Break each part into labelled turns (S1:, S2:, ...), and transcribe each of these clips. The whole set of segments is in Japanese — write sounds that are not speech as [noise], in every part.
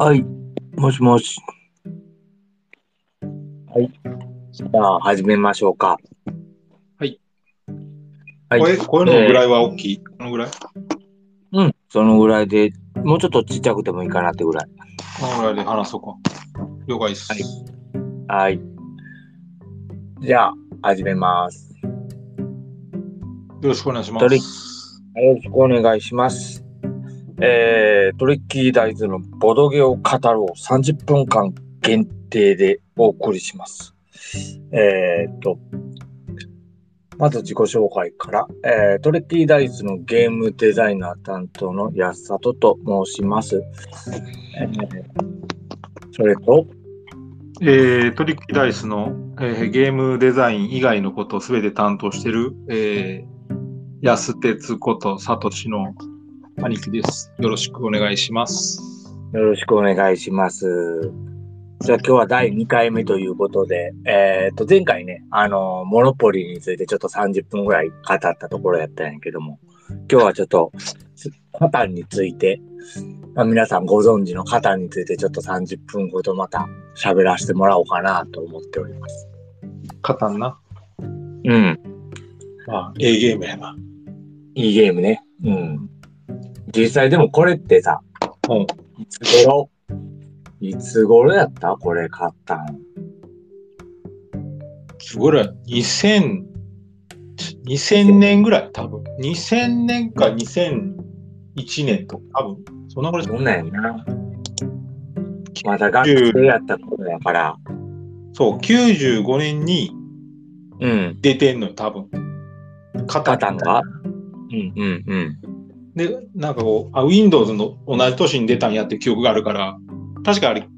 S1: はい、もしもし。はい。じゃあ、始めましょうか。
S2: はい。
S1: はい。
S3: 声声のぐらいは大きい。このぐらい
S1: うん、そのぐらいで、もうちょっとちっちゃくてもいいかなってぐらい。
S3: このぐらいで話そうか。了解です。
S1: はいはい。じゃあ、始めます。
S3: よろしくお願いしま
S1: トリ
S3: す。
S1: よろしくお願いします。えー、トリッキー大豆のボドゲを語ろう30分間限定でお送りします。えー、っと、まず自己紹介から、えー、トリッキー大豆のゲームデザイナー担当の安里と申します。えーそれと、
S3: えートリッキーダイスの、えーゲームデザイン以外のことをすべて担当している、えー、安哲ことサトシの兄貴です。よろしくお願いします。
S1: よろしくお願いします。じゃあ今日は第2回目ということで、えっ、と、前回ね、あの、モノポリについてちょっと30分ぐらい語ったところやったんやけども、今日はちょっと、すカタンについて、まあ、皆さんご存知のカタンについてちょっと30分ほどまた喋らせてもらおうかなと思っております。
S3: カタンな。
S1: うん。
S3: まあ、ええゲームやな。
S1: いいゲームね。うん。実際でもこれってさ、
S3: うん。
S1: いつ頃いつ頃やったこれ買ったん。
S3: すごいな。2000、2000年ぐらい、多分。2000年か2001年とか、多分。そんなぐらい
S1: そんなんやな。まだ学生やった頃やから。
S3: そう、95年に
S1: うん。
S3: 出てんのよ、多分。カ
S1: カタンがうんうんうん。
S3: で、なんかこう、あ、Windows の同じ年に出たんやって記憶があるから、確かあれ、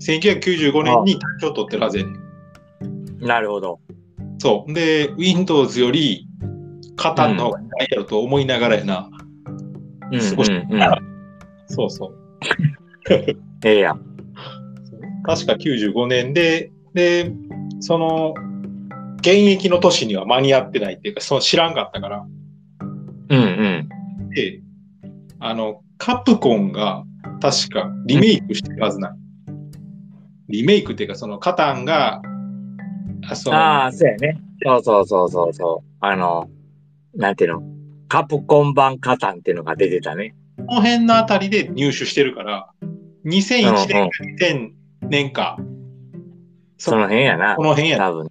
S3: 1995年に単調取ってるはずやねん
S1: なるほど。
S3: そう。で、Windows より、カタンの方がいいやろと思いながらやな。
S1: うんうん、
S3: 少し
S1: うん。
S3: そうそう。
S1: ええやん。
S3: 確か95年で、で、その、現役の年には間に合ってないっていうか、その知らんかったから。
S1: うんうん。
S3: で、あの、カプコンが確かリメイクしてるはずない。リメイクっていうか、そのカタンが、あその
S1: ああ、そうやね。そうそうそうそうそう。あの、なんていうのカプコン版カタンっていうのが出てたね。
S3: この辺のあたりで入手してるから、
S1: うんうん
S3: 2001年、2000年か、
S1: その辺やな
S3: こ。の辺やな。
S1: 多分。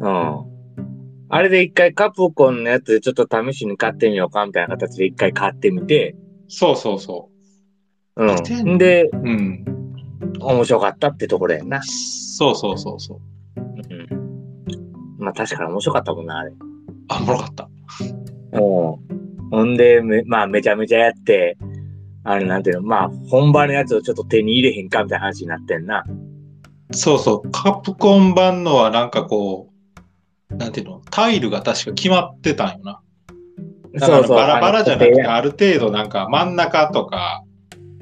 S1: うん。あれで一回カプコンのやつでちょっと試しに買ってみようかみたいな形で一回買ってみて、
S3: そうそうそ
S1: うん。んで、
S3: う。うん。
S1: 面白かったってところやな。
S3: そうそうそうそう。
S1: まあ確かに面白かったもんな、あれ。
S3: あ、おもろかった。
S1: ほんで、めまあめちゃめちゃやって、あれなんていうの、まあ本場のやつをちょっと手に入れへんかみたいな話になってんな。
S3: そうそう。カプコン版のはなんかこう、なんていうの、タイルが確か決まってたんよな。だからバラバラじゃなくて、
S1: あの
S3: ある程度なんか真ん中とか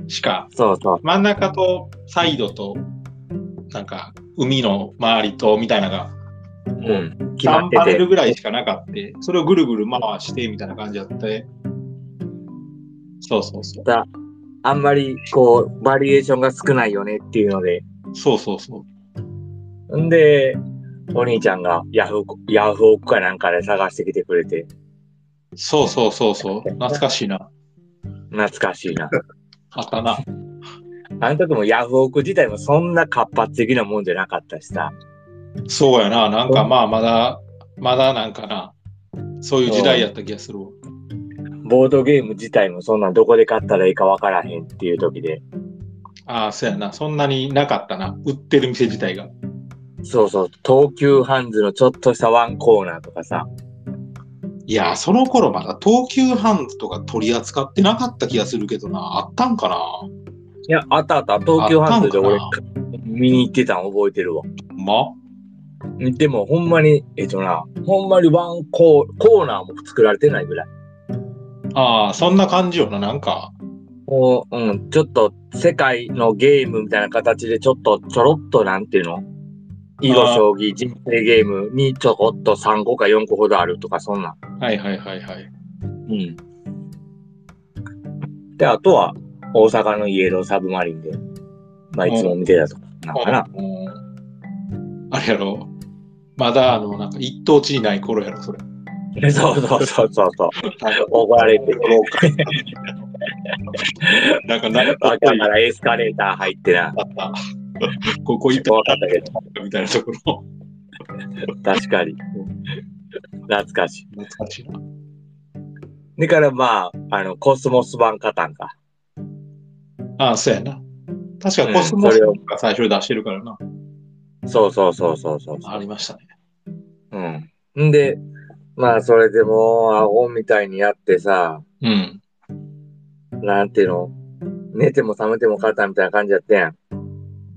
S3: しか、
S1: そうそう。
S3: 真ん中とサイドと、なんか海の周りとみたいなのが、
S1: うん。決ま
S3: 3
S1: って
S3: パネ
S1: て
S3: ル。ぐらいしかなかった。それをぐるぐる回してみたいな感じだって。そうそうそう。
S1: あんまりこう、バリエーションが少ないよねっていうので。
S3: そうそうそ
S1: んで、お兄ちゃんがヤフオク、ヤフオクかなんかで探してきてくれて、
S3: う。そうそうそうそう。懐かしいな。
S1: 懐かしいな。
S3: あったな。
S1: あの時もヤフオク自体もそんな活発的なもんじゃなかったしさ。
S3: そうやな。なんかまあまだ、まだなんかな。そういう時代やった気がするわ。
S1: ボードゲーム自体もそんなんどこで買ったらいいかわからへんっていう時で。
S3: ああ、そうやな。そんなになかったな。売ってる店自体が。
S1: そうそう、東急ハンズのちょっとしたワンコーナーとかさ。
S3: いやー、その頃まだ東急ハンズとか取り扱ってなかった気がするけどな、あったんかな。
S1: いや、あったあった、東急ハンズで俺
S3: あっ
S1: 見に行ってたん覚えてるわ。
S3: ほんま
S1: でもほんまに、えっとな、ほんまにワンコーコーナーも作られてないぐらい。
S3: ああ、そんな感じよな、なんか。
S1: こう、うん、ちょっと世界のゲームみたいな形でちょっとちょろっとなんていうの囲碁将棋人生ゲームにちょこっと3個か4個ほどあるとかそんな。
S3: はいはいはいはい。
S1: うん。で、あとは大阪のイエローサブマリンで、まあいつも見てたとかなのかな。
S3: うんあれやろ。まだ、あの、なんか一等地にない頃やろ、そ [laughs] れ。
S1: そうそうそうそうそう。
S3: なん
S1: 怒られて、も
S3: か、なん
S1: う
S3: か、
S1: 赤からエスカレーター入ってな。
S3: ここ行った
S1: 分かったけど、
S3: みたいなところ。
S1: 確かに。懐かしい。
S3: 懐かしいな。
S1: でからまあ、あの、コスモス版カタンか。
S3: ああ、そうやな。確かコスモスが最初出してるからな。
S1: そうそうそうそうそう。
S3: ありましたね。
S1: うん。んで、まあ、それでもう、アホみたいにやってさ、
S3: うん。
S1: なんていうの、寝ても覚めても肩みたいな感じやってん。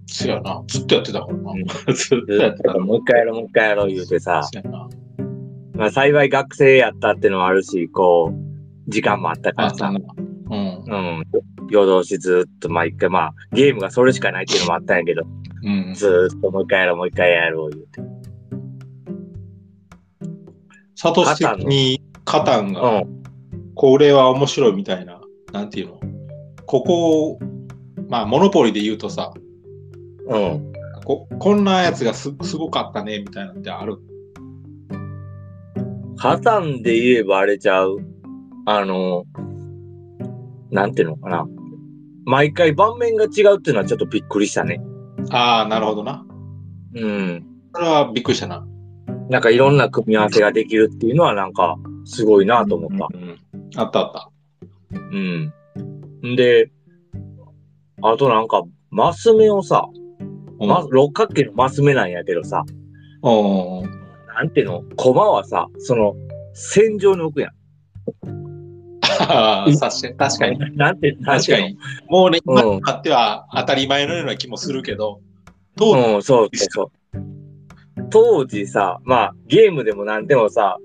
S3: そうやな。ずっとやってたからな。
S1: うん
S3: [laughs] ずっとやってたから
S1: もう一回やろう、もう一回やろう言うてさ、
S3: そうやな。
S1: まあ、幸い学生やったってのもあるし、こう、時間もあったか
S3: あ
S1: ら
S3: った
S1: さ、
S3: な。うん。
S1: うん。夜通しずっと、まあ一回、まあ、ゲームがそれしかないっていうのもあったんやけど、
S3: うん。
S1: ずーっともう一回やろう、もう一回やろう言うて。
S3: サトシ的にカタンが、
S1: ん。
S3: これは面白いみたいな、なんていうの。ここを、まあ、モノポリで言うとさ、
S1: うん。
S3: ここんなやつがすすごかったねみたいなのってある。
S1: カタンで言えばあれちゃう。あの、なんていうのかな。毎回盤面が違うっていうのはちょっとびっくりしたね。
S3: ああ、なるほどな。
S1: うん。
S3: それはびっくりしたな。
S1: なんかいろんな組み合わせができるっていうのはなんかすごいなと思った。
S3: うん、あったあった。
S1: うん。んで、あとなんか、マス目をさ、
S3: うん
S1: ま、六角形のマス目なんやけどさ、
S3: おー
S1: なんていうの、駒はさ、その、線上に置くやん。
S3: あーさし確かに。 [laughs]
S1: なんて、なん
S3: 確
S1: て
S3: か
S1: いう
S3: に。もうね、
S1: うん
S3: 今になっては当たり前のような気もするけど、当時、
S1: の。うん、そうそうそう。当時さ、まあ、ゲームでもなんでもさ、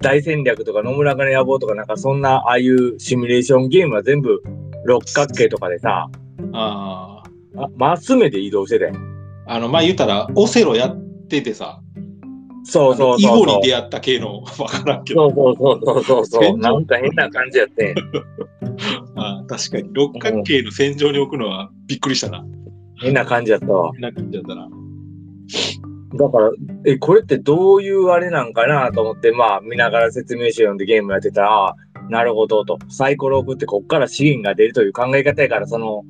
S1: 大戦略とか野村がの野望とかなんかそんな、ああいうシミュレーションゲームは全部六角形とかでさ、
S3: あー
S1: あマス目で移動してたやん。
S3: あの、まあ言うたら、オセロやっててさ、
S1: そうそうそうそう。
S3: イボに出会った系の、わ [laughs] からんけど、
S1: そうそうそうそうそうそう。
S3: 戦場
S1: なんか変な感じや
S3: [laughs]
S1: ってん。
S3: あー確かに六角形の線上に置くのはびっくりしたな。
S1: 変な感じやったわ。
S3: 変な感じだったな。
S1: だから、え、これってどういうあれなんかなと思って、まあ、見ながら説明書読んでゲームやってたら、あーなるほどと。サイコロを送って、こっから資源が出るという考え方やから、その、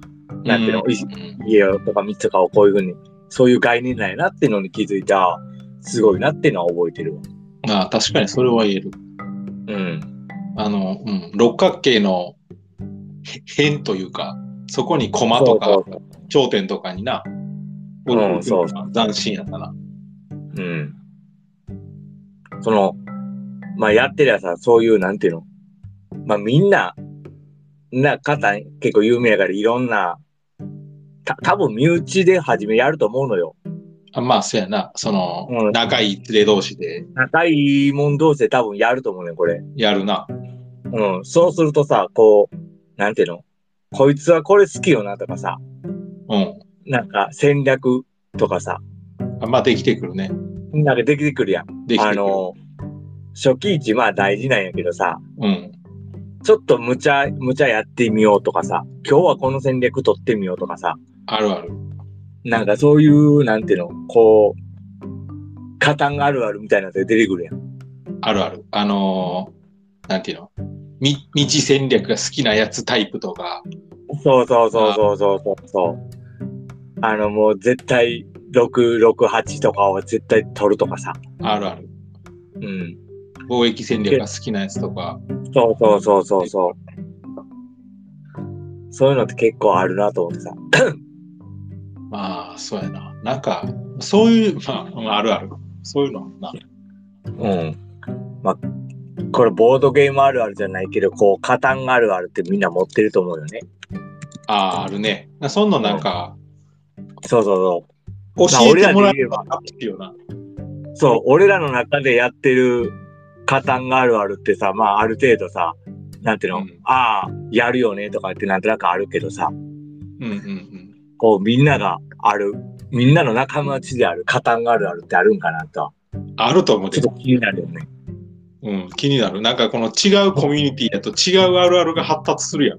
S1: なんていうの、い
S3: うん
S1: 家とか道とかをこういうふうに、そういう概念なんやなっていうのに気づいた、あーすごいなっていうのは覚えてるわ。
S3: あー確かにそれは言える。
S1: うん。
S3: あの、うん、六角形のへ辺というか、そこにコマと
S1: そ
S3: か
S1: うそう
S3: 頂点とかにな、
S1: うんそう
S3: こう斬新やったな。
S1: そう。うん。その、まあ、やってりゃさ、そういう、なんていうの、まあ、みんな、な、方、結構有名やから、いろんな、た、多分身内で始めやると思うのよ。
S3: あまあ、そうやな。その、
S1: うん
S3: 仲いい連れ同士で
S1: 仲いいもん同士で多分やると思うねん、これ。
S3: やるな。
S1: うん。そうするとさ、こう、なんていうのこいつはこれ好きよなとかさ、
S3: うん。
S1: なんか戦略とかさ、
S3: あまあ、できてくるね。
S1: なんかできてくるやん。
S3: できてくる。
S1: あの、初期位置まあ大事なんやけどさ、
S3: うん。
S1: ちょっと無茶、無茶やってみようとかさ、今日はこの戦略取ってみようとかさ、
S3: あるある。
S1: なんかそういう、なんていうの、こう、加担あるあるみたいなので出てくるやん。
S3: あるある。あのーなんていうのみ道戦略が好きなやつタイプとか、
S1: そうそうそうそうそうそうそう。あのもう絶対668とかを絶対取るとかさ。
S3: あるある。
S1: うん。
S3: 貿易戦略が好きなやつとか、
S1: そうそうそうそうそう。そういうのって結構あるなと思ってさ。
S3: まあ、そうやな。なんか、そういう、 [laughs] まあ、まああるある。そういうのはな。
S1: うん。まあ、これボードゲームあるあるじゃないけど、こう、加担あるあるってみんな持ってると思うよね。
S3: ああ、あるね。なそんなんなんか、
S1: そうそうそう。
S3: 教
S1: まあ
S3: え
S1: 俺
S3: て
S1: ら
S3: もら
S1: で言え
S3: える
S1: ば、
S3: っていうな。
S1: そう、俺らの中でやってる加担があるあるってさ、まあある程度さ、なんていうの、
S3: うん
S1: ああ、やるよねとかってなんとなくあるけどさ、
S3: うんうん
S1: こうみんながある、みんなの仲間内である、加担があるあるってあるんかなとは、
S3: うん。あると思う
S1: ちょっ
S3: けど
S1: と、気になるよね。
S3: うん、気になる。なんかこの違うコミュニティやと違うあるあるが発達するやん。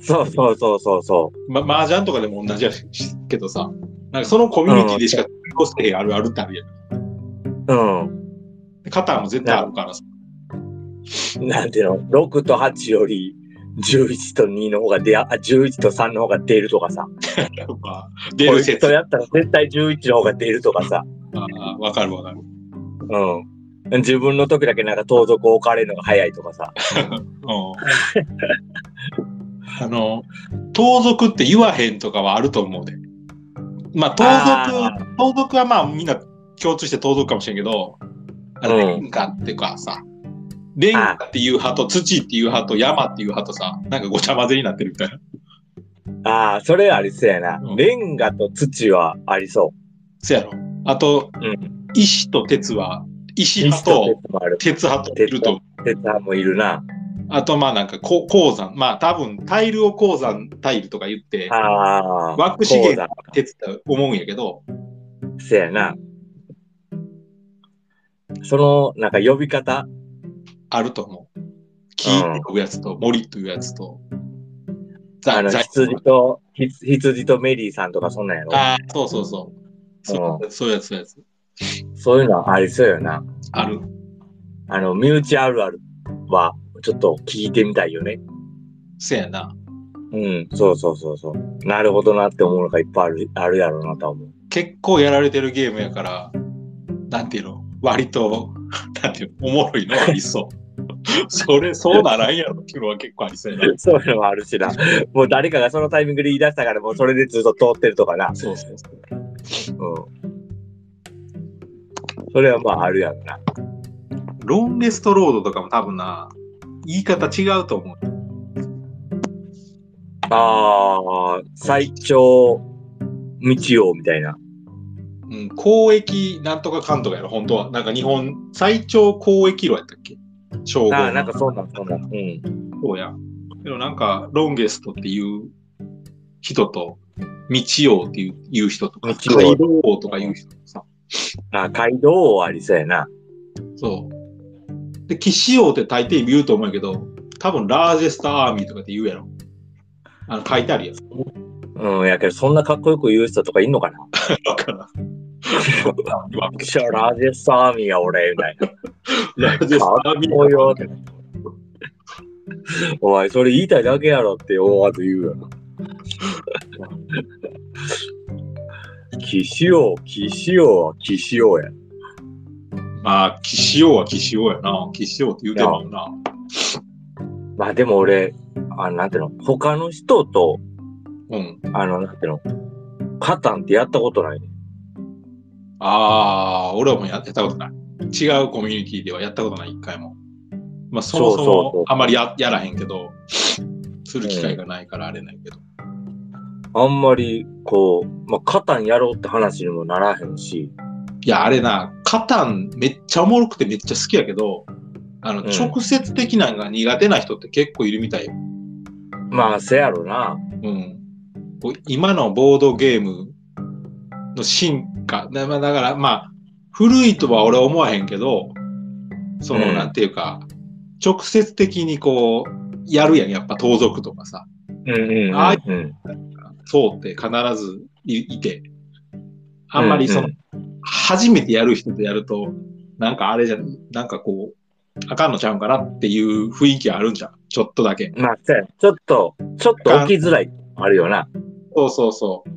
S1: そうそうそうそうそう。
S3: ま、麻雀とかでも同じやしけどさ、なんかそのコミュニティでしか通用せへんあるあるってあるや
S1: うん。
S3: ん。カタンも絶対あるからさ。
S1: なんていうの、6と8より11と2の方が出や、あ11と3の方が出るとかさ、
S3: とか出る説
S1: とやったら絶対11の方が出るとかさ、
S3: ああわかるわかる。
S1: うん。自分の時だけなんか盗賊を置かれるのが早いとかさ。
S3: あの、盗賊って言わへんとかはあると思うで。まあ、盗
S1: あ
S3: 賊、盗賊はまあみんな共通して盗賊かもしれんけど、あの、
S1: うん
S3: レンガってかさ、レンガっていう派と土っていう派と山っていう派とさ、なんかごちゃ混ぜになってるみたいな。
S1: ああ、それありそうやな。
S3: うん
S1: レンガと土はありそ
S3: そやろ。あと、
S1: うん
S3: 石と鉄は、
S1: う。
S3: 石
S1: 石
S3: 派
S1: と
S3: と
S1: 鉄もある。
S3: 鉄派といると。
S1: 鉄派もいるな。
S3: あと、まあなんかこう鉱山、まあ多分タイルを鉱山タイルとか言って、
S1: ああ。
S3: 枠資源
S1: そう
S3: 鉄って思うんやけど、
S1: だ。せやな。その、なんか呼び方。
S3: あると思う。木って呼ぶやつと、森というやつと、ざ
S1: あの、
S3: ざ
S1: 羊と、ひ羊とメリーさんとかそんなんやろ。
S3: あーそうそうそう。そうそういうやつ、そういうやつ。
S1: そういうのありそうよな。
S3: ある。
S1: あの、身内あるあるは、ちょっと聞いてみたいよね。
S3: せやな。
S1: うん、そうそうそうそう。なるほどなって思うのがいっぱいある、あるやろうなとは思う。
S3: 結構やられてるゲームやから、なんていうの、割と、 [laughs] なんていうの、おもろいのありそう。 [laughs] それ、そうならんやろっていうのは結構ありそうやな。
S1: [laughs] そういうのもあるしな。 [laughs] もう誰かがそのタイミングで言い出したから、もうそれでずっと通ってるとかな。
S3: そうそうそう。
S1: うん。それはまああるやろな。
S3: ロンレストロードとかも多分な、言い方違うと思う。
S1: ああ、最長道王みたいな。
S3: うん、交易なんとかかんとかやろ、本当は。なんか日本最長交易路やったっけ称号の
S1: ああ、なんかそうなんそうなん。うん。
S3: そうや。でもなんか、ロンゲストっていう人と、道王っていういう人とか、
S1: 道王
S3: 街道王とかいう人とかさ、
S1: あ街道王ありそうやな。
S3: そう。で、騎士王って大抵言うと思うけど、多分ラージェスターアーミーとかって言うやろ。あの、書いてあるやつ。
S1: うん、やけどそんなかっこよく言う人とかいんのか [laughs] な。
S3: だから、
S1: クシャラジェスアーミーや俺、みたいな。
S3: ラージェスターアーミ
S1: おい
S3: ー
S1: よって。 [laughs] お前、それ言いたいだけやろって思わず言うよな。騎士王、騎士王は騎士王や。
S3: まあ、騎士王は騎士王やな。騎士王って言うてもな。
S1: まあでも俺、あなんていうの、他の人と、
S3: うん。
S1: あの、なんていうの、カタンってやったことないね。
S3: ああ、俺はもうややったことない。違うコミュニティではやったことない、一回も。まあ、そもそ
S1: そうそうそう
S3: もあまりややらへんけど、する機会がないからあれないけど。
S1: あんまり、こう、まあ、カタンやろうって話にもならへんし、
S3: いや、あれな、カタンめっちゃおもろくてめっちゃ好きやけど、あの、
S1: うん
S3: 直接的なのが苦手な人って結構いるみたいよ。
S1: まあ、せやろな。
S3: うん。こう今のボードゲームの進化。だまあだから、まあ、古いとは俺は思わへんけど、その、
S1: うん
S3: なんていうか、直接的にこう、やるやん。やっぱ盗賊とかさ。
S1: うんうんうん、
S3: あ
S1: うん。
S3: そうって必ずいいて。あんまりその、
S1: うん
S3: 初めてやる人とやると、なんかあれじゃん、なんかこう、あかんのちゃうんかなっていう雰囲気あるんじゃん。ちょっとだけ。
S1: まあ、せやちょっと、ちょっと起きづらい、あるよな。
S3: そうそうそう。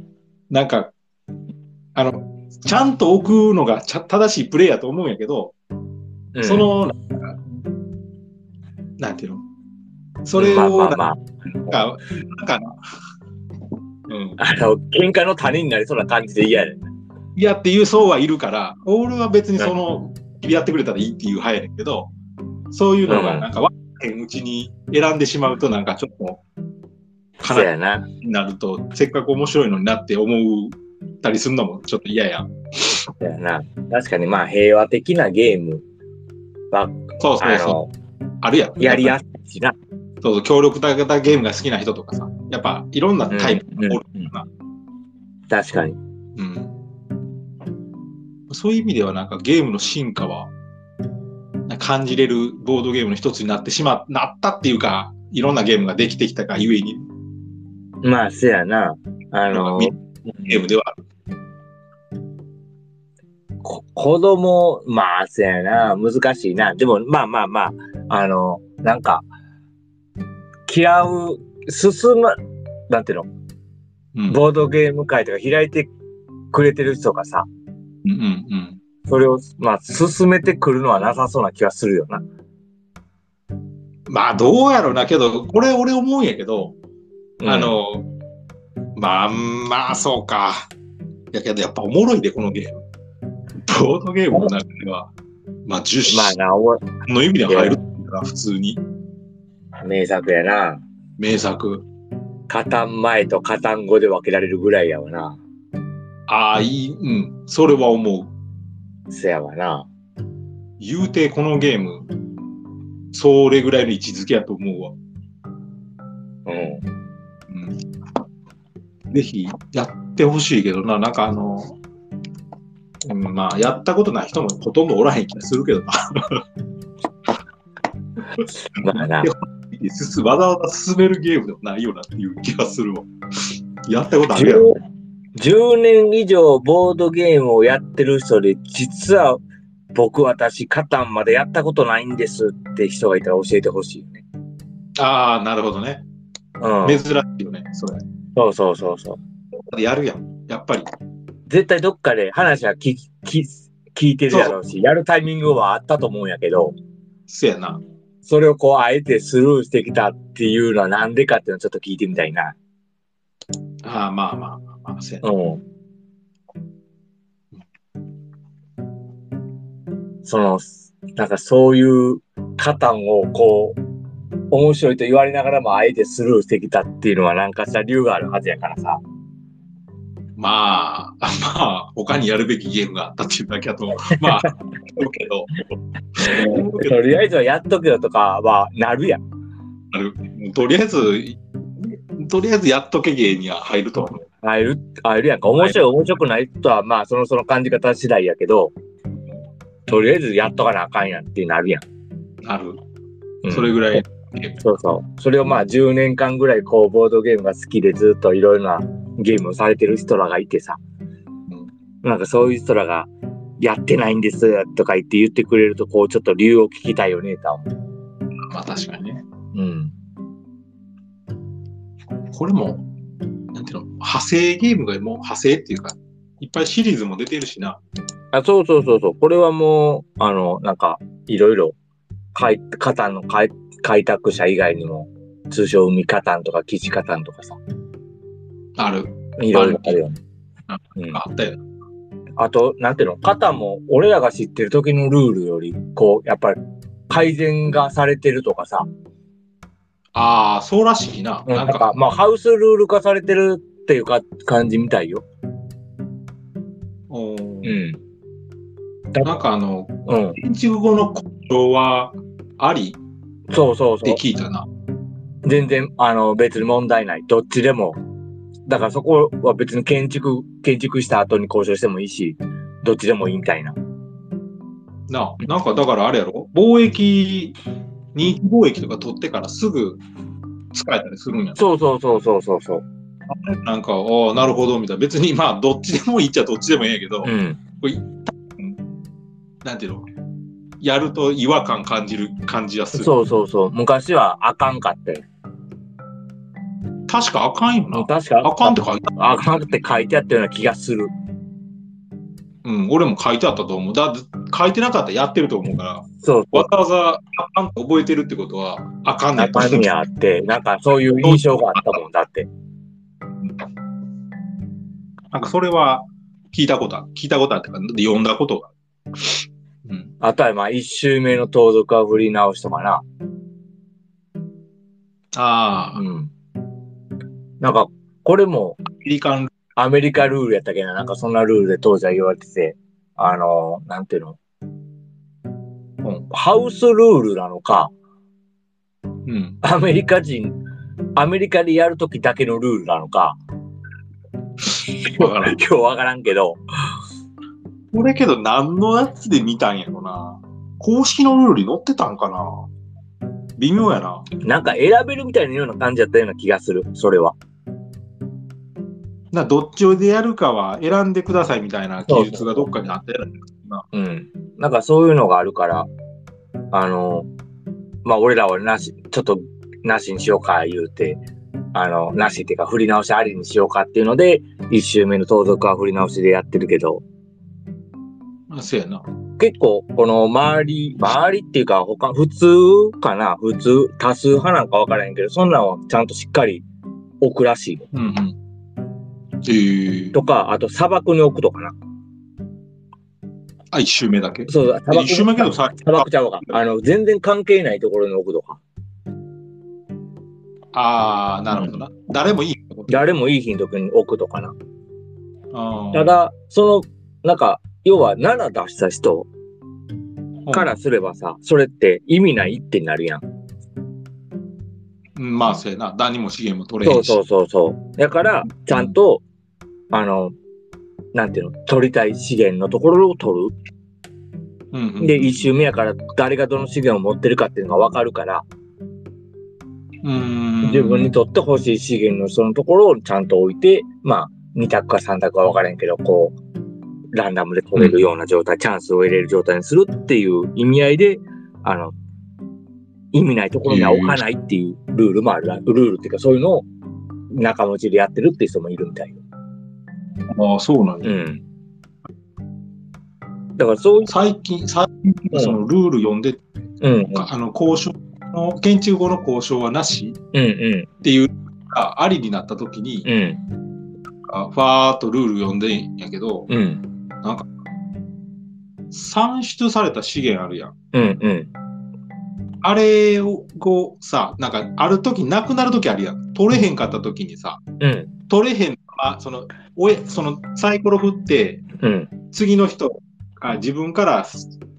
S3: なんか、あの、ちゃんと置くのがちゃ正しいプレイやと思うんやけど、
S1: うん
S3: そ、の、なんかなんていうのそれ
S1: まあま
S3: を
S1: あま
S3: な
S1: あ、
S3: んか、なんか、うん。
S1: あの、喧嘩の種になりそうな感じで嫌やね。
S3: いやっていう層はいるから、俺は別にその、やってくれたらいいっていう派やねんけど、そういうのがなんか分かへんうちに選んでしまうとなんかちょっと、
S1: そ
S3: 悲
S1: やな。
S3: しになると、せっかく面白いのになって思ったりするのもちょっと嫌やん。
S1: そやな。確かにまあ、平和的なゲームは、
S3: そうそ
S1: あ
S3: うそう。
S1: の、
S3: あるやん。
S1: やりやすいしな。
S3: そうそう協力型ゲームが好きな人とかさ、やっぱいろんなタイプがおる
S1: うんうんうん
S3: な、
S1: 確かに。
S3: うんそういう意味ではなんかゲームの進化はなんか感じれるボードゲームの一つになってしまっなったっていうか、いろんなゲームができてきたがゆえに、
S1: まあ、せやな。あの、
S3: みゲームではある。
S1: こ子供、まあ、せやな。難しいな。でも、まあまあまあ、あの、なんか、嫌う、進む、なんていうの、
S3: うん
S1: ボードゲーム会とか開いてくれてる人がさ、
S3: うんうん
S1: それを、まあ、進めてくるのはなさそうな気はするよな。
S3: うんまあどうやろうなけど、これ俺思うんやけど、
S1: うん
S3: あ、の、まあまあそうか。やけどやっぱおもろいで、このゲーム。ボードゲームの中では、まあ10
S1: まあ
S3: 種
S1: な、お
S3: の意味では入るから普通に
S1: 名作やな。
S3: 名作。
S1: カタン前とカタン後で分けられるぐらいやわな。
S3: ああ、いい、うん、それは思う。
S1: せやわな。
S3: 言うてこのゲーム、それぐらいの位置づけやと思うわ。
S1: うん。
S3: うん、ぜひやってほしいけどな、なんかあの、うんまあ、やったことない人もほとんどおらへん気がするけどな。 [laughs]
S1: まあな。
S3: 進わざわざ進めるゲームでもないよなっていう気がするわ。やったことあるやろ。
S1: 10, 10年以上ボードゲームをやってる人で、実は僕私、カタンまでやったことないんですって人がいたら教えてほしいよね。
S3: ああ、なるほどね。
S1: うん
S3: 珍。しいよね、それ。
S1: そうそうそうそう。
S3: やるやん、やっぱり。
S1: 絶対どっかで話は聞き聞聞いてるやろうし、やるタイミングはあったと思うんやけど、
S3: せやな。
S1: それをこう、あえてスルーしてきたっていうのはなんでかっていうのをちょっと聞いてみたいな。
S3: ああ、まあまあまあ、まあ、せやな。
S1: うん。その、なんかそういうカタンをこう、面白いと言われながらもあえてスルーしてきたっていうのはなんかした理由があるはずやからさ。
S3: まあ、まあ、他にやるべきゲームがあったっていうだけだと、まあ、思うけ [laughs] ど、思うけど
S1: とりあえずはやっとけよとかはなるやん。
S3: あるとりあえず、とりあえずやっとけ芸には入ると思う。
S1: あえる、あえるやんか。面白い面白くないとはまあそのその感じ方次第やけど、とりあえずやっとかなあかんやんってなるやん。
S3: ある。
S1: うん
S3: それぐらい。
S1: そうそう。それをまあ10年間ぐらいこうボードゲームが好きでずっといろいろなゲームをされてる人らがいてさ、なんかそういう人らがやってないんですとか言って言ってくれるとこうちょっと理由を聞きたいよねとは思
S3: まあ確かにね。
S1: う。うん。
S3: これも、なんていうの、派生ゲームがもう派生っていうか、いっぱいシリーズも出てるしな。
S1: あそうそうそうそう。これはもう、あの、なんかいろいろ、かい、カタンの開開拓者以外にも、通称海カタンとか基地カタンとかさ、
S3: ある。
S1: いろいろあるよね。
S3: あ
S1: うん
S3: あったよな。
S1: あと、なんていうの、肩も俺らが知ってる時のルールより、こう、やっぱり改善がされてるとかさ、
S3: ああ、そうらしいな。
S1: な
S3: なんん
S1: か、
S3: か、
S1: まあ、ハウスルール化されてるっていうか感じみたいよ。
S3: おー
S1: ん。
S3: なんかあの、
S1: うん。
S3: 建築後の故障はあり
S1: そうそう
S3: って
S1: そう。
S3: 聞いたな。
S1: 全然、あの、別に問題ない。どっちでも。だからそこは別に建築、建築した後に交渉してもいいし、どっちでもいいみたいな。
S3: なあなんかだからあれやろ貿易、任意貿易とか取ってからすぐ使えたりするんやろ
S1: そうそうそうそうそうそう。
S3: なんか、ああ、なるほど、みたいな。別に、まあ、どっちでもいいっちゃどっちでもいいんやけど、
S1: うん。
S3: なんていうのやると違和感感じる感じがする。
S1: そうそうそう。昔はあかんかって。
S3: 確かあかんよな。
S1: 確か
S3: あかんって書いて
S1: あかんって書いてあったような気がする。
S3: うん、俺も書いてあったと思う。だって書いてなかったらやってると思うから、
S1: そうそう
S3: わざわざあかんって覚えてるってことは、あかんねんと思
S1: 中
S3: う
S1: 身あって、なんかそういう印象があったもんだって。
S3: [laughs] なんかそれは聞いたことある。聞いたことあるっていうか、読んだことがある。うん。
S1: あとはまあ一周目の盗賊は振り直しとかな。
S3: ああ、ア
S1: うん。なんか、これも
S3: メリカン、
S1: アメリカルールやったっけな、なんかそんなルールで当時は言われてて、あのーなんていうの、
S3: うん
S1: ハウスルールなのか、
S3: うん。
S1: アメリカ人、アメリカでやるときだけのルールなのか、
S3: わからん。
S1: 今日わからんけど、
S3: これけど何のやつで見たんやろな。公式のルールに載ってたんかな。微妙やな。
S1: なんか選べるみたいなような感じだったような気がする、それは。
S3: などっちをでやるかは選んでくださいみたいな記述がどっかにあったやろ。
S1: うん。なんかそういうのがあるから、あの、まあ俺らはなし、ちょっとなしにしようか言うて、あの、なしっていうか振り直しありにしようかっていうので、一周目の盗賊は振り直しでやってるけど、
S3: あそうやな。
S1: 結構この周り、周りっていうか他、普通かな普通、多数派なんかわからへんけど、そんなんはちゃんとしっかり置くらしい。
S3: うんうん。えー、
S1: とか、あと砂漠に置くとかな。
S3: あ、一周目だけ。
S1: そうだ、砂漠
S3: 一周目けどさ、
S1: 砂漠ちゃうか。あの、全然関係ないところに置くとか。
S3: ああ、なるほどな。誰もいい。
S1: 誰もいい日の時に置くとかな。
S3: あー
S1: た、だ、その、なんか、要は7出した人からすればさ、それって意味ないってなるやん。
S3: うん、まあ、そうやな。何も資源も取れへ
S1: そ
S3: ん
S1: う
S3: し。
S1: そうそうそう。だから、ちゃんと、あの、なんていうの、取りたい資源のところを取
S3: うんう
S1: る。
S3: ん、
S1: で、1周目やから、誰がどの資源を持ってるかっていうのが分かるから、
S3: うん
S1: 自分にとって欲しい資源のそのところをちゃんと置いて、まあ、2択か3択は分からへんけど、こう、ランダムで取れるような状態、チャンスを入れる状態にするっていう意味合いで、あの、意味ないところには置かないっていうルールもあるら、ルールっていうかそういうのを仲間内でやってるっていう人もいるみたいよ。
S3: ああ、そうなんだ。
S1: うん。だからそうい
S3: 最近、最近、そのルール読んで、
S1: う、うん、うん、
S3: あの、交渉の、建築後の交渉はなし
S1: うん、う
S3: っていうか、ありになった時に、
S1: ん、うん、
S3: あファーっとルール読んでんやけど、
S1: うん、
S3: 算出された資源あるやん。
S1: うん、うん。
S3: あれをこうさ、なんかある時なくなる時あるやん。取れへんかった時にさ、
S1: うん、
S3: 取れへん、まあ、その、おえ、そのサイコロ振って、
S1: うん、
S3: 次の人が自分から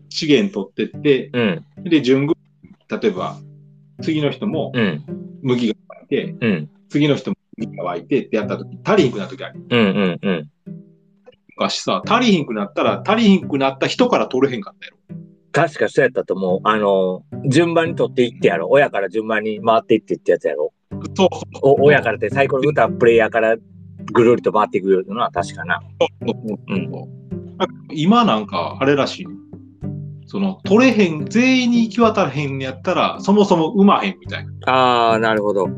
S3: 資源取ってって、
S1: うん、
S3: で、順繰り例えば、次の人も
S1: うん、
S3: 麦が湧いて、
S1: うん、
S3: 次の人も麦が湧いてってやった時、足りひんくなる時ある。
S1: うん、うん、うん。
S3: 昔さ、足りひんくなったら、足りひんくなった人から取れへんかったやろ。
S1: 確かそうやったと思う。あの、順番に取っていってやろ。親から順番に回っていってってやつやろ。
S3: そう
S1: お親からってサイコロ振ったらプレイヤーからぐるりと回っていくような、確かな。うん
S3: 今なんか、あれらしいね。その、取れへん、全員に行き渡らへんやったら、そもそもうまへんみたいな。
S1: あー、なるほど。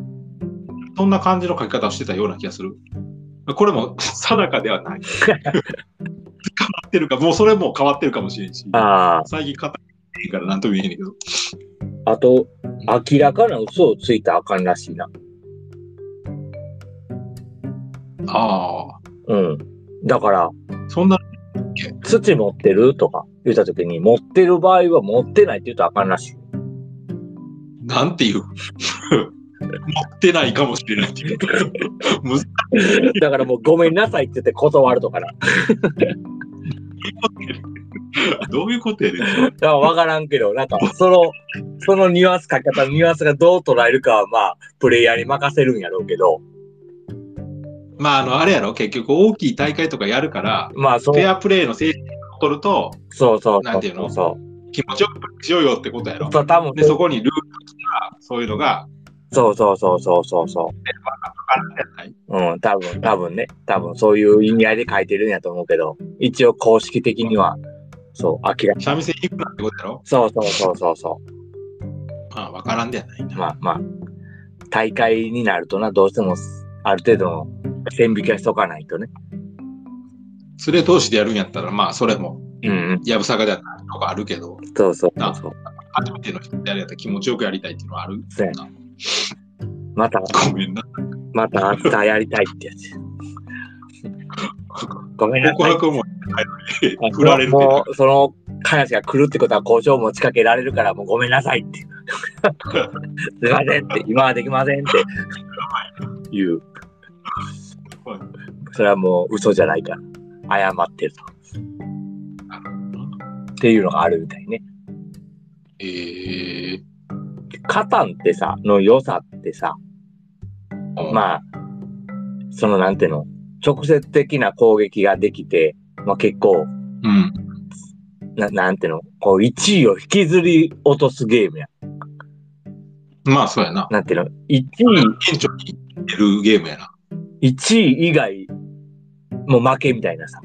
S3: そんな感じの書き方をしてたような気がする。これも [laughs] 定かではない。変わってるか、もうそれも変わってるかもしれんし。
S1: あ
S3: 最近語っていいからなんとも言えへんけど。
S1: ー、あと、明らかな嘘をついたらあかんらしいな。
S3: ああ。
S1: うん。だから、
S3: そんな、
S1: 土持ってるとか言った時に、持ってる場合は持ってないって言うとあかんらしい。
S3: なんていう。持 [laughs] ってないかもしれないけど。むず
S1: [laughs]
S3: い
S1: だからもうごめんなさいって言って断るとかな。
S3: ことやねどういうことやねん。
S1: だから分からんけど、なんか、その、そのニュアンス書き方、ニュアンスがどう捉えるかは、まあ、プレイヤーに任せるんやろうけど、
S3: まあ、あの、あれやろ、結局大きい大会とかやるから、
S1: まあ、そう、
S3: フェアプレーの精神を取ると、
S1: そうそうそう。
S3: なんていうの
S1: そう。
S3: 気持ちよくしようよってことやろ。
S1: そう、多分
S3: で、そこにルールとか、そういうのが、
S1: そうそうそうそうそうそう。うん、多分、多分ね、多分そういう意味合いで書いてるんやと思うけど、一応公式的には、そう、明らか。
S3: 三味線行くなってことやろ。
S1: そうそうそうそうそ。
S3: まあ、わからんではないうな。
S1: まあまあ、大会になるとな、どうしても、ある程度の線引きはしとかないとね。
S3: それ同士でやるんやったら、まあ、それも、
S1: うん、うん、
S3: やぶさかではないとかあるけど、
S1: そうそうそうそう。
S3: 初めての人でやるやったら気持ちよくやりたいっていうのはある。
S1: そうやなまた、
S3: ごめんな。
S1: また明日やりたいってやつ。ごめんな
S3: 告
S1: さい。
S3: 白も、はい振られるけ
S1: も
S3: ど、
S1: う、その、話が来るってことは交渉を持ちかけられるから、もうごめんなさいって。すいませんって、今はできませんって。言う。それはもう嘘じゃないから。謝ってると。っていうのがあるみたいね。
S3: えー、
S1: カタンってさ、の良さってさ、まあ、そのなんていうの、直接的な攻撃ができて、まあ結構、
S3: うん。
S1: ななんていうの、こう1位を引きずり落とすゲームや。
S3: まあ、そうやな。
S1: なんていうの、1
S3: 顕著に出るゲームやな。
S1: 位、1位以外、もう負けみたいなさ、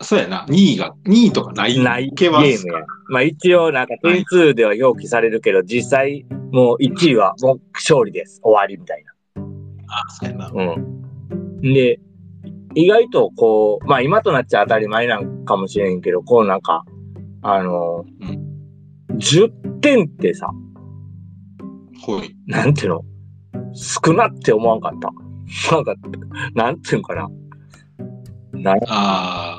S3: そうやな。2位が、2位とかない。
S1: ないゲ
S3: け
S1: ー
S3: は
S1: ムや。まあ一応なんか点数では表記されるけど、実際もう1位はもう勝利です。終わりみたいな。
S3: あそうやな。
S1: うん。で、意外とこう、まあ今となっちゃ当たり前なんかもしれんけど、こうなんか、あの、
S3: う
S1: 10点ってさ、
S3: ほい。
S1: なんていうの少なって思わんかった。なんか、なんていうんかな。な
S3: ああ。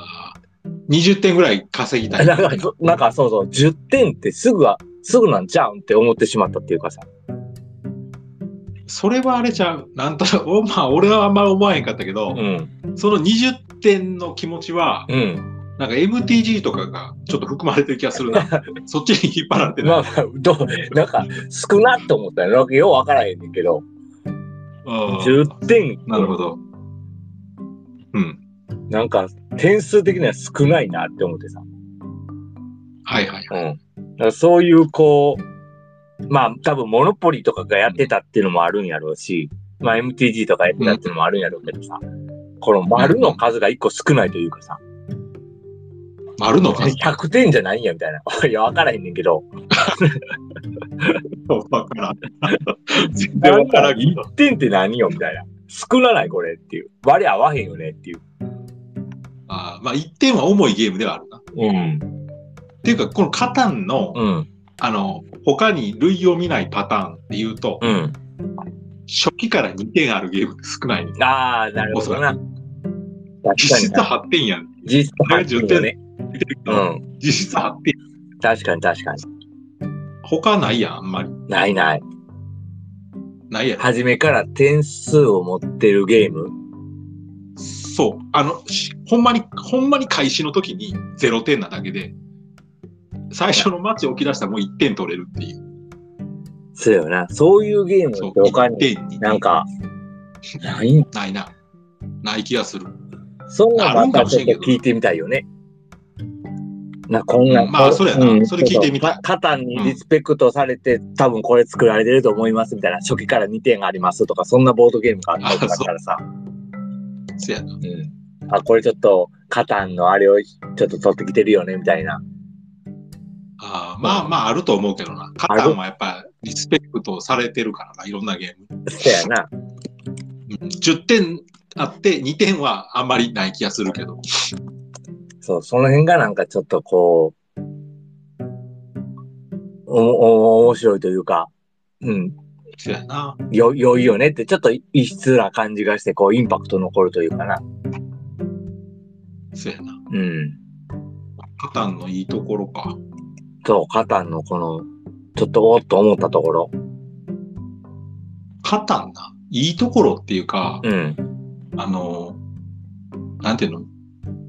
S3: 20点ぐらい稼ぎたい。
S1: なんかそ、なんかそうそう、10点ってすぐは、すぐなんちゃうんって思ってしまったっていうかさ。
S3: それはあれちゃう。なんとなく、お [laughs] まあ、俺はあんま思わへんかったけど
S1: う、ん。
S3: その20点の気持ちは、
S1: うん。
S3: なんか MTG とかがちょっと含まれてる気がす
S1: [laughs]
S3: るな。そっちに引っ張られて
S1: ま
S3: な
S1: あ
S3: い。
S1: まあ、どう、なんか、少なって思ったよ。なんかようわからへんねんけど、
S3: うん
S1: 10点。
S3: なるほど。うん。
S1: なんか、点数的には少ないなって思ってさ。
S3: はいはい。
S1: うん。だからそういう、こう、まあ、多分、モノポリとかがやってたっていうのもあるんやろうし、まあ、MTG とかやってたっていうのもあるんやろうけどさ、この丸の数が一個少ないというかさ、
S3: 丸の数。
S1: 100点じゃないんや、みたいな。い [laughs] や、わからへんねんけど、
S3: わからん。 [laughs] 全然わからん
S1: [laughs]
S3: けど。
S1: 1点って何よ、みたいな。少なないこれっていう。割合合わへんよねっていう。
S3: あーまあ、1点は重いゲームではあるな。っ
S1: うん。
S3: ていうか、このカタンの、
S1: うん。
S3: あの、他に類を見ないパターンっていうと、
S1: うん。
S3: 初期から2点あるゲームって少ない。
S1: ああ、なるほどな。確
S3: 実
S1: かに
S3: 質
S1: な。
S3: 8点やん。
S1: 実質8点ね。うん。
S3: 実質8点。
S1: 確かに確かに。
S3: 他ないやん、あんまり。
S1: ないない。
S3: ないやん。
S1: 初めから点数を持ってるゲーム。
S3: そう。あの、しほんまに、ほんまに開始の時に0点なだけで、最初のマッチ起き出したらもう1点取れるっていう。
S1: そうよな。そういうゲームって
S3: そう。
S1: 他
S3: 1
S1: に
S3: 点に。
S1: なんか、ないん
S3: ないな。ない気がする。
S1: そんな
S3: ある
S1: の
S3: ん
S1: ま
S3: か
S1: た
S3: も
S1: ち
S3: し
S1: ょ
S3: れ
S1: っ
S3: ん
S1: と
S3: けど
S1: 聞いてみたいよね。な、こんな。
S3: うんまあそれやなそれ聞いてみたい
S1: い。カタンにリスペクトされて、多分これ作られてると思いますみたいな、初期から2点ありますとか、そんなボードゲームがあったりとかしたらさ、
S3: せやな。
S1: うん。あ、これちょっと、カタンのあれをちょっと取ってきてるよね、みたいな。
S3: あーまあまああると思うけどな。カタンはやっぱリスペクトされてるからな、いろんなゲーム。
S1: そうやな。
S3: うん10点あって2点はあんまりない気がするけど。
S1: そう、その辺がなんかちょっとこう、お、お、面白いというか、うん、
S3: せやな。
S1: よ、良いよねって、ちょっと異質な感じがして、こう、インパクト残るというかな。
S3: せやな。
S1: うん。
S3: カタンのいいところか。
S1: と、カタンのこの、ちょっとおっと思ったところ。
S3: カタンな。いいところっていうか、
S1: うん。
S3: あの、なんていうの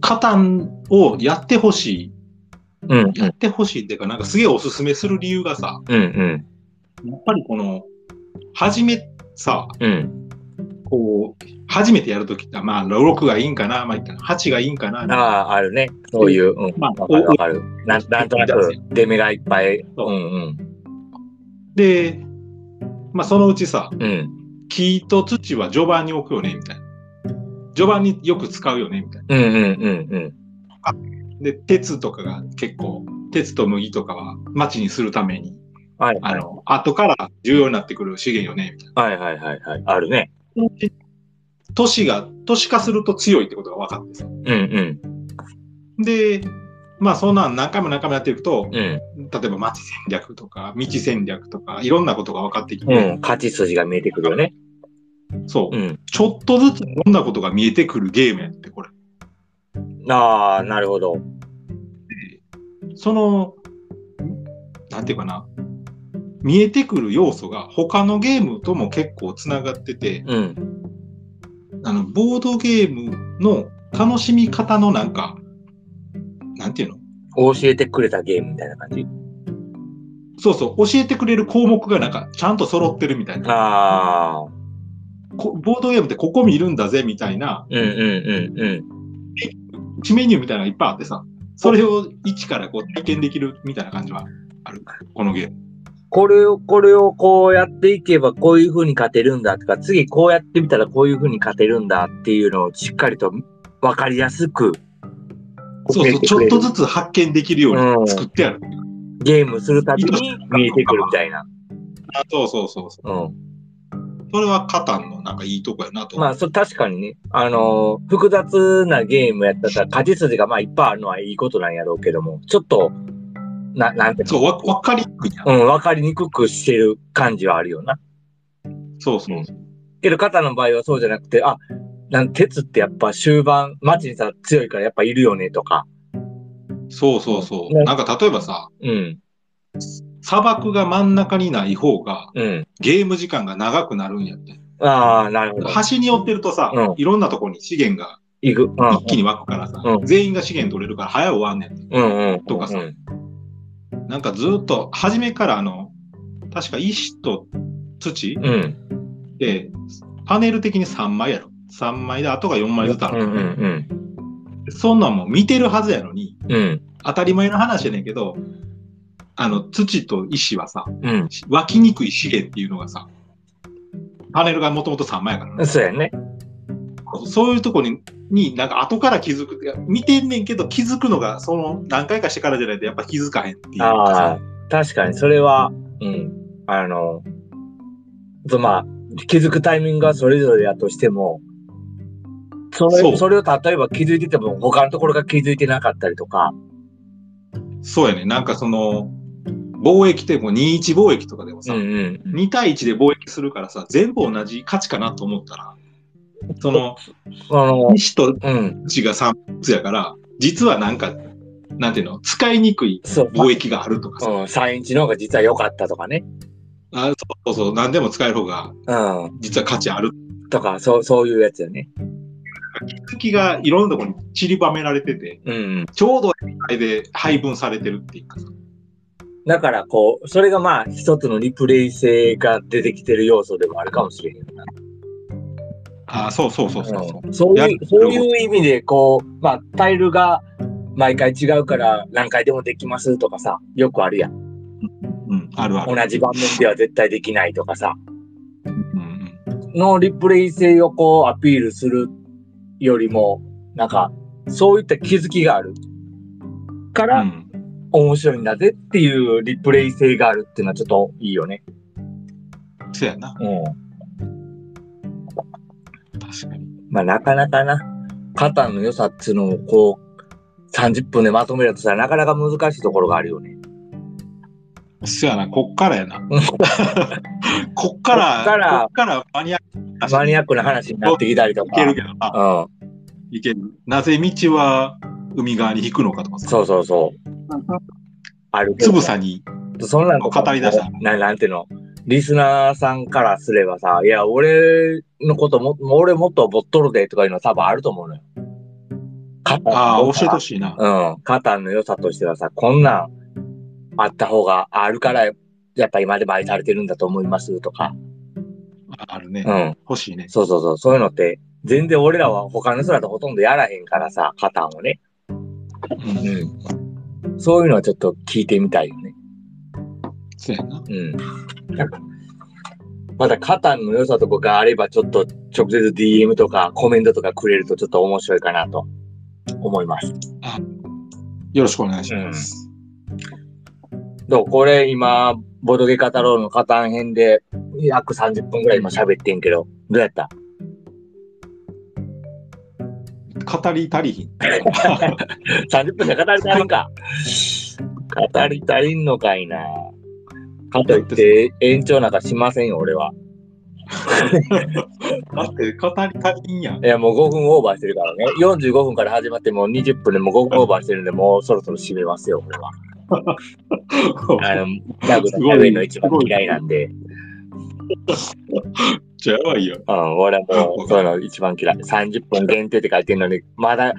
S3: カタンをやってほし
S1: うん、うん
S3: い。やっ、てほしいっていうか、なんかすげえおすすめする理由がさ、
S1: うん、うん、
S3: やっぱりこの、初めさ、
S1: うん。
S3: こう、初めてやるときって、まあ、6がいいんかな、まあ、8がいいんかな、
S1: ああ、あるね。そういう、うん。
S3: まあ
S1: わかるわかる。なん、なんとなく、出目がいっぱい。
S3: そう
S1: うん、うん、
S3: で、まあ、そのうちさ、
S1: うん。
S3: 木と土は序盤に置くよね、みたいな。序盤によく使うよね、みたいな。
S1: うん、うん、うん、うん。
S3: で、鉄とかが結構、鉄と麦とかは町にするために、
S1: はい、
S3: あの、後から重要になってくる資源よね、みたい
S1: はい、はい、はい、はい。あるね。
S3: な。都市が、都市化すると強いってことが分かってさ。
S1: うん、うん、
S3: で、まあそんなん何回も何回もやっていくと、
S1: うん。
S3: 例えば町戦略とか、道戦略とか、いろんなことが分かってき
S1: う
S3: て、
S1: ん、勝ち筋が見えてくるよね。
S3: そうう、
S1: ん。
S3: ちょっとずついろんなことが見えてくるゲームやって、これ。
S1: ああ、なるほど。
S3: その、んなんていうかな、見えてくる要素が他のゲームとも結構つながってて、
S1: うん。
S3: あの、ボードゲームの楽しみ方のなんか、なんていうの
S1: 教えてくれたゲームみたいな感じ。
S3: そうそう、教えてくれる項目がなんか、ちゃんと揃ってるみたいな。
S1: ああ。
S3: こボードゲームってここ見るんだぜ、みたいな、
S1: うんうんうんうん。
S3: 地メニューみたいなのがいっぱいあってさ、それを一からこう体験できるみたいな感じはある、このゲーム。
S1: これを、これをこうやっていけばこういう風に勝てるんだとか、次こうやってみたらこういう風に勝てるんだっていうのをしっかりと分かりやすく、
S3: そうそう、ちょっとず
S1: つ
S3: つ発見できるように作ってある。
S1: ゲームするたびに見えてくるみたいな。
S3: あそうそうそうそう。
S1: うん。
S3: それはカタンのなんかいいとこやなと思う。
S1: まあ、そ確かにね、あのー複雑なゲームやったら、勝ち筋がまあいっぱいあるのはいいことなんやろうけども、ちょっと、な、なんていう
S3: そう、わわかりにくいやん。
S1: の、うん、分かりにくくしてる感じはあるよな。
S3: そうそう。
S1: けど、肩の場合はそうじゃなくて、あ、なん鉄ってやっぱ終盤、マチンさん強いからやっぱいるよねとか、
S3: そうそうそう。
S1: ね
S3: なんか例えばさ、
S1: うん、
S3: 砂漠が真ん中にない方が
S1: うん。
S3: ゲーム時間が長くなるんやって。
S1: ああ、なるほど。
S3: 端に寄ってるとさ、
S1: うん
S3: いろんなとこに資源が
S1: いく。うん、
S3: 一気に湧くからさ、
S1: うん
S3: 全員が資源取れるから早終わんねん。
S1: うん、うん。
S3: とかさ
S1: うん
S3: なんかずっと、初めからあの、確か石と土
S1: うん。
S3: で、パネル的に3枚やろ。3枚で、あとが4枚ずつあ
S1: う
S3: る。
S1: ん、うん、
S3: そんなんもう見てるはずやのに、
S1: うん。うん、
S3: 当たり前の話やねんけど、あの、土と石はさ、
S1: うん。
S3: 湧きにくい資源っていうのがさ、パネルがもともと3枚やからな、
S1: そうやね。
S3: そういうとこに、になんか後から気づく。いや見てんねんけど気づくのが、その何回かしてからじゃないとやっぱ気づかへんっていうか
S1: ああ
S3: さ。、
S1: 確かに、それは、うん。あの、とまあ、気づくタイミングがそれぞれだとしても、それ
S3: そう
S1: それを例えば気づいてても、他のところが気づいてなかったりとか、
S3: そうやね。なんかその、貿易ってもう21貿易とかでも
S1: う
S3: さ、
S1: んうん。
S3: 2対1で貿易するからさ、全部同じ価値かなと思ったら、その、
S1: あの、
S3: 西と
S1: うん、
S3: 地が3つやから、実はなんか、なんていうの、使いにくい
S1: そう。
S3: 貿易があるとかさ、
S1: うん、3インチの方が実は良かったとかね。
S3: あそうそうそう、何でも使える方が
S1: う
S3: 実は価値ある。
S1: ん。とか、そう、そういうやつよね。
S3: 月がいろんなところに散りばめられてて、
S1: うん。
S3: ちょうどいい具合で配分されてるっていうかさ。
S1: だから、こう、それがまあ、一つのリプレイ性が出てきてる要素でもあるかもしれへんな。
S3: あそうそうそうそうそう。
S1: うんそう
S3: や
S1: いう、そういう意味で、こう、まあ、タイルが毎回違うから何回でもできますとかさ、よくあるやん。
S3: うん、あるあ
S1: 同
S3: る。
S1: じ場面では絶対できないとかさ、
S3: うん
S1: のリプレイ性をこうアピールするよりも、なんか、そういった気づきがあるか
S3: うん、う
S1: ら
S3: ん。
S1: 面白いんだぜっていうリプレイ性があるっていうのはちょっといいよね。
S3: そやな。
S1: うん。
S3: 確かに。
S1: まあ、なかなかな、カタンの良さっていうのをこう、30分でまとめるとしたらなかなか難しいところがあるよね。
S3: そやな、こっからやな。こっから、
S1: こっから
S3: こっからマニアックな
S1: マニアックな話になってきたりと
S3: いけ
S1: か。
S3: るけどな。
S1: う
S3: いける。なぜ道は海側に引くのかとか
S1: ん。
S3: さ。
S1: そうそうそう。あるけ
S3: つ
S1: ど
S3: ぶさに。
S1: そんなんとか
S3: 語り出した
S1: ななんていうのリスナーさんからすればさ、いや、俺のことも、もう俺もっとボっとるでとかいうのは多分あると思うのよ。
S3: ああ、教えてほ
S1: しい。
S3: しいな。
S1: うん。カタンの良さとしてはさ、こんなんあった方があるから、やっぱ今でも愛されてるんだと思いますとか。
S3: あるね。
S1: うん。
S3: 欲しいね。
S1: そうそうそう。そういうのって、全然俺らは他の人だとほとんどやらへんからさ、カタンをね。
S3: うん。
S1: うんそういうのはちょっと聞いてみたいよね。
S3: そやな。
S1: うん。また、カタンの良さとかがあれば、ちょっと直接 DM とかコメントとかくれるとちょっと面白いかなと思います。
S3: よろしくお願いします。
S1: どうこれ今、ボドゲカタロウのカタン編で約30分ぐらい今喋ってんけど、どうやった
S3: 語り足りひん。
S1: ?30 分で語り足りん [laughs] か。語り足りんのかいな。かといって延長なんかしませんよ、俺は。
S3: だって語り足りんやん。
S1: いや、もう5分オーバーしてるからね。45分から始まってもう20分でもう5分オーバーしてるんで、もうそろそろ締めますよ、俺は。あの、ラグの食べるの一番嫌いなんで、
S3: じゃあやばいよ。
S1: うん、俺はもう、そういうの一番嫌い。30分限定って書いてるのに、まだ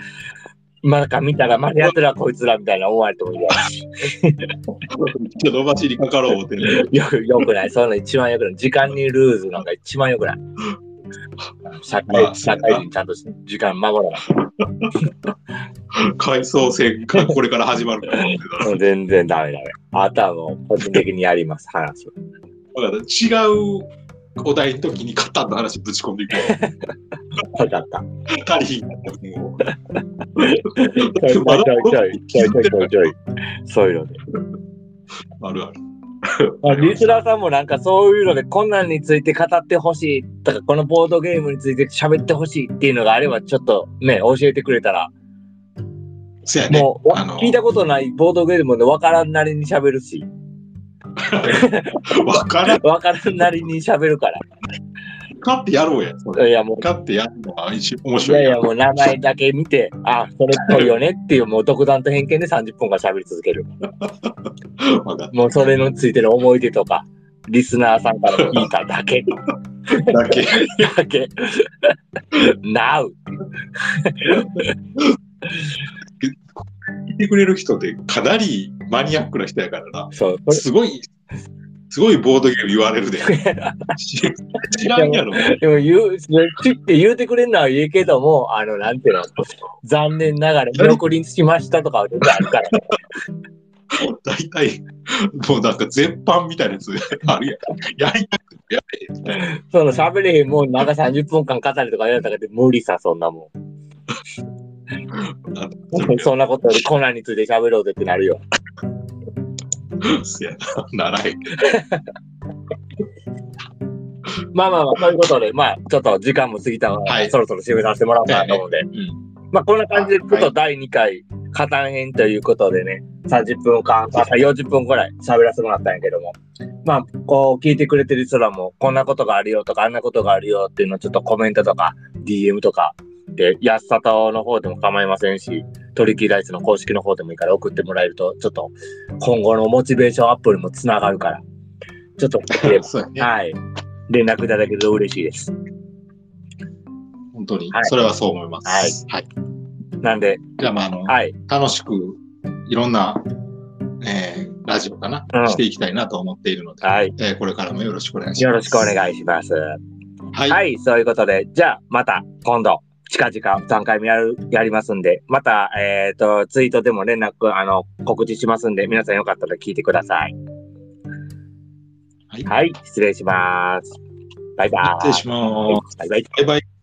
S1: まだか見たら、まだやつらこいつらみたいな思われてもいいや
S3: ちょっと伸ばしにかかろう思ってね。
S1: よよくない、そういうの一番よくない。時間にルーズなんか一番よくない。社
S3: まあ
S1: 会社会人ちゃんと時間守らない。
S3: 回想戦がこれから始まるかと思ってたら
S1: もう全然ダメダメ。あとはもう個人的にやります、話を。
S3: 分かった。違うお題の時にカタンの話ぶち込んでいくわ。
S1: 分かった。
S3: 足りひんかったもう
S1: ち [laughs] ょいちょいちょいちょいちょいちょいちょい。そういうので。
S3: あるある。
S1: まあリスラーさんもなんかそういうので、こんなんについて語ってほしいとか、このボードゲームについて喋ってほしいっていうのがあれば、ちょっとね、教えてくれたら、
S3: せやね。
S1: もう、
S3: あの
S1: 聞いたことないボードゲームで分からんなりに喋るし、
S3: わからん
S1: 分からんなりに喋るか
S3: かってやろうや。それ
S1: ら。いや、もう、
S3: かってやるのが一番面
S1: いや
S3: 白い
S1: い
S3: やん
S1: や、もう名前だけ見て、あ、それっぽいよねっていう、もう独断と偏見で30分間喋り続ける。
S3: わかっ
S1: もうそれについての思い出とか、リスナーさんから聞いただけ、
S3: ただけ。
S1: だけ。Now!
S3: 聞いてくれる人ってかなりマニアックな人やからな。
S1: そう、これ
S3: すごい、すごいボードゲーム言わ
S1: [laughs]
S3: れるで。知らんやろ。
S1: でも言う、ちって言うてくれるのは言うけども、あの、なんていうの、残念ながら見送りにつきましたとかは全然あるから、
S3: 大体、もうなんか全般みたいなやつ [laughs] あるやん。やりたくてやれへんみたいな。
S1: その喋れへんもん、なんか30分間語るとかやられたからって無理さ、そんなも
S3: なんか
S1: ん。 [laughs] そんなことよりコナンについて喋ろうぜってなるよ。
S3: せやな。ならへんけど。
S1: まあまあまあ、そういうことで、まあ、ちょっと時間も過ぎたので、
S3: はい
S1: そろそろ締めさせてもらおうかなと思うんで、うんまあ、こんな感じで、ちょっと第2回、加担編ということでね、30分間、あ40分ぐらい喋らせてもらったんやけども、まあ、こう、聞いてくれてる人らも、こんなことがあるよとか、あんなことがあるよっていうのをちょっとコメントとか、DM とか、で、安里の方でも構いませんし、トリキーライスの公式の方でもいいから送ってもらえると、ちょっと、今後のモチベーションアップにもつながるから、ちょっと、
S3: そうやね。
S1: はい。連絡いただけると嬉しいです。
S3: 本当に
S1: は。い
S3: それはそう思います。はい。
S1: なんで、
S3: じゃあまあ、あの、
S1: はい。
S3: 楽しくいろんな、えーラジオかな、
S1: うん
S3: していきたいなと思っているので、
S1: はい。
S3: えーこれからもよろしくお願いします。
S1: よろしくお
S3: い。
S1: 願いします。
S3: はい。
S1: はい。そういうことで、じゃあ、また今度、近々3回目やる、やりますんで、また、えっ、と、ツイートでも連絡、あの、告知しますんで、皆さんよかったら聞いてください。
S3: はい
S1: はい。失礼します。バイバイ。
S3: 失礼します。
S1: バイバイ。
S3: バイバイ。